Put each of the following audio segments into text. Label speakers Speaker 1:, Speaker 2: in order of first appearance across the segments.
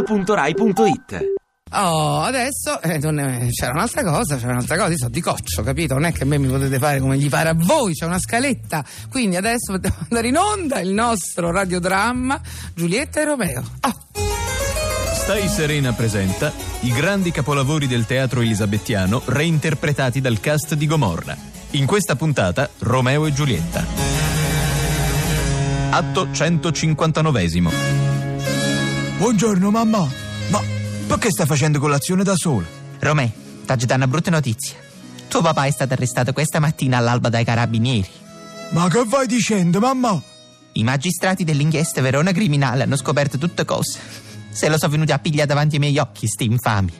Speaker 1: radio2pod.rai.it
Speaker 2: Oh, adesso eh, non è- c'era un'altra cosa, c'era un'altra cosa, io so di coccio, capito? Non è che a me mi potete fare come gli pare a voi, c'è una scaletta. Quindi adesso dobbiamo andare in onda il nostro radiodramma Giulietta e Romeo. Ah,
Speaker 3: Stai Serena presenta i grandi capolavori del teatro elisabettiano reinterpretati dal cast di Gomorra. In questa puntata Romeo e Giulietta. Atto 159.
Speaker 4: Buongiorno mamma. Ma perché stai facendo colazione da sola?
Speaker 5: Romè, t'aggi da una brutta notizia. Tuo papà è stato arrestato questa mattina all'alba dai carabinieri.
Speaker 4: Ma che vai dicendo, mamma?
Speaker 5: I magistrati dell'inchiesta Verona Criminale hanno scoperto tutte cose. Se lo sono venuti a pigliare davanti ai miei occhi, sti infami.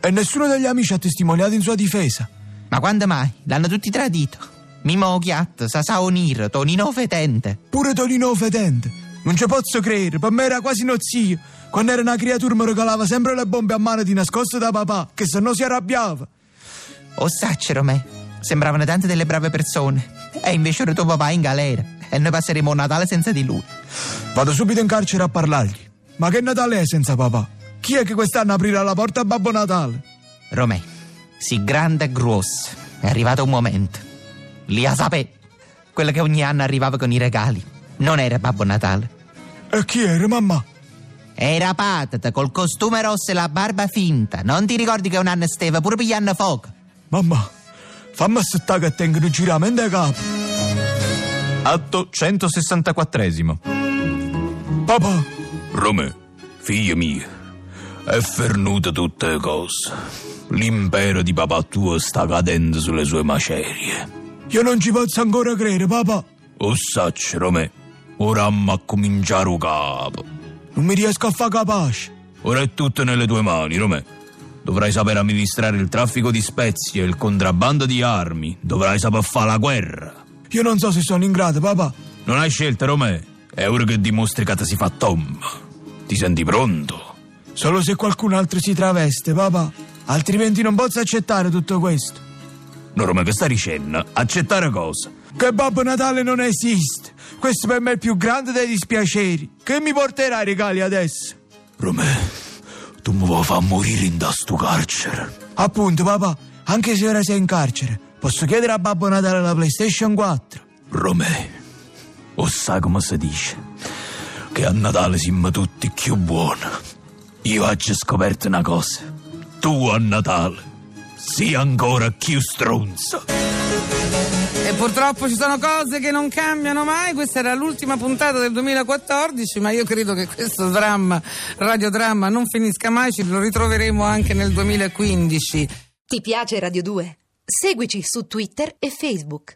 Speaker 4: E nessuno degli amici ha testimoniato in sua difesa.
Speaker 5: Ma quando mai? L'hanno tutti tradito. Mimo Ochiat, Sasa Onir, Tonino Fetente.
Speaker 4: Pure Tonino Fedente. Non ci posso credere, per me era quasi uno zio. Quando era una creatura mi regalava sempre le bombe a mano di nascosto da papà, che se no si arrabbiava.
Speaker 5: Ossacce, Romè. Sembravano tante delle brave persone. E invece ora tuo papà è in galera. E noi passeremo un Natale senza di lui.
Speaker 4: Vado subito in carcere a parlargli. Ma che Natale è senza papà? Chi è che quest'anno aprirà la porta a Babbo Natale?
Speaker 5: Romè, si grande e grosso, è arrivato un momento. Li a sapè, quello che ogni anno arrivava con i regali. Non era Babbo Natale,
Speaker 4: E chi era, mamma?
Speaker 5: era Patata col costume rosso e la barba finta. Non ti ricordi che un anno stava pure pigliando fuoco?
Speaker 4: Mamma, fammi assettare che tengono giramento a capo.
Speaker 3: Atto 164.
Speaker 4: Papà,
Speaker 6: Romè, figlia mia, è fernuta tutte le cose. L'impero di papà tuo sta cadendo sulle sue macerie.
Speaker 4: io non ci posso ancora credere, papà.
Speaker 6: Ossacci, Romè, ora amma a cominciare un capo.
Speaker 4: Non mi riesco a far capace.
Speaker 6: Ora è tutto nelle tue mani, Romè. Dovrai saper amministrare il traffico di spezie, il contrabbando di armi, dovrai saper fare la guerra.
Speaker 4: Io non so se sono in grado, papà.
Speaker 6: Non hai scelta, Romè. È ora che dimostri che ti si fa tomba. Ti senti pronto?
Speaker 4: Solo se qualcun altro si traveste, papà. Altrimenti non posso accettare tutto questo.
Speaker 6: No, Romè, che stai dicendo? Accettare cosa?
Speaker 4: Che Babbo Natale non esiste. Questo per me è il più grande dei dispiaceri. Che mi porterà i regali adesso?
Speaker 6: Romè, tu mi vuoi far morire in da sto carcere.
Speaker 4: Appunto, papà, anche se ora sei in carcere, posso chiedere a Babbo Natale la PlayStation 4.
Speaker 6: Romè, o sai come si dice? Che a Natale siamo tutti più buoni. Io oggi ho scoperto una cosa. Tu a Natale sei ancora più stronza.
Speaker 2: E purtroppo ci sono cose che non cambiano mai. Questa era l'ultima puntata del 2014, ma io credo che questo dramma, radiodramma, non finisca mai. Ci lo ritroveremo anche nel 2015.
Speaker 7: Ti piace Radio 2? Seguici su Twitter e Facebook.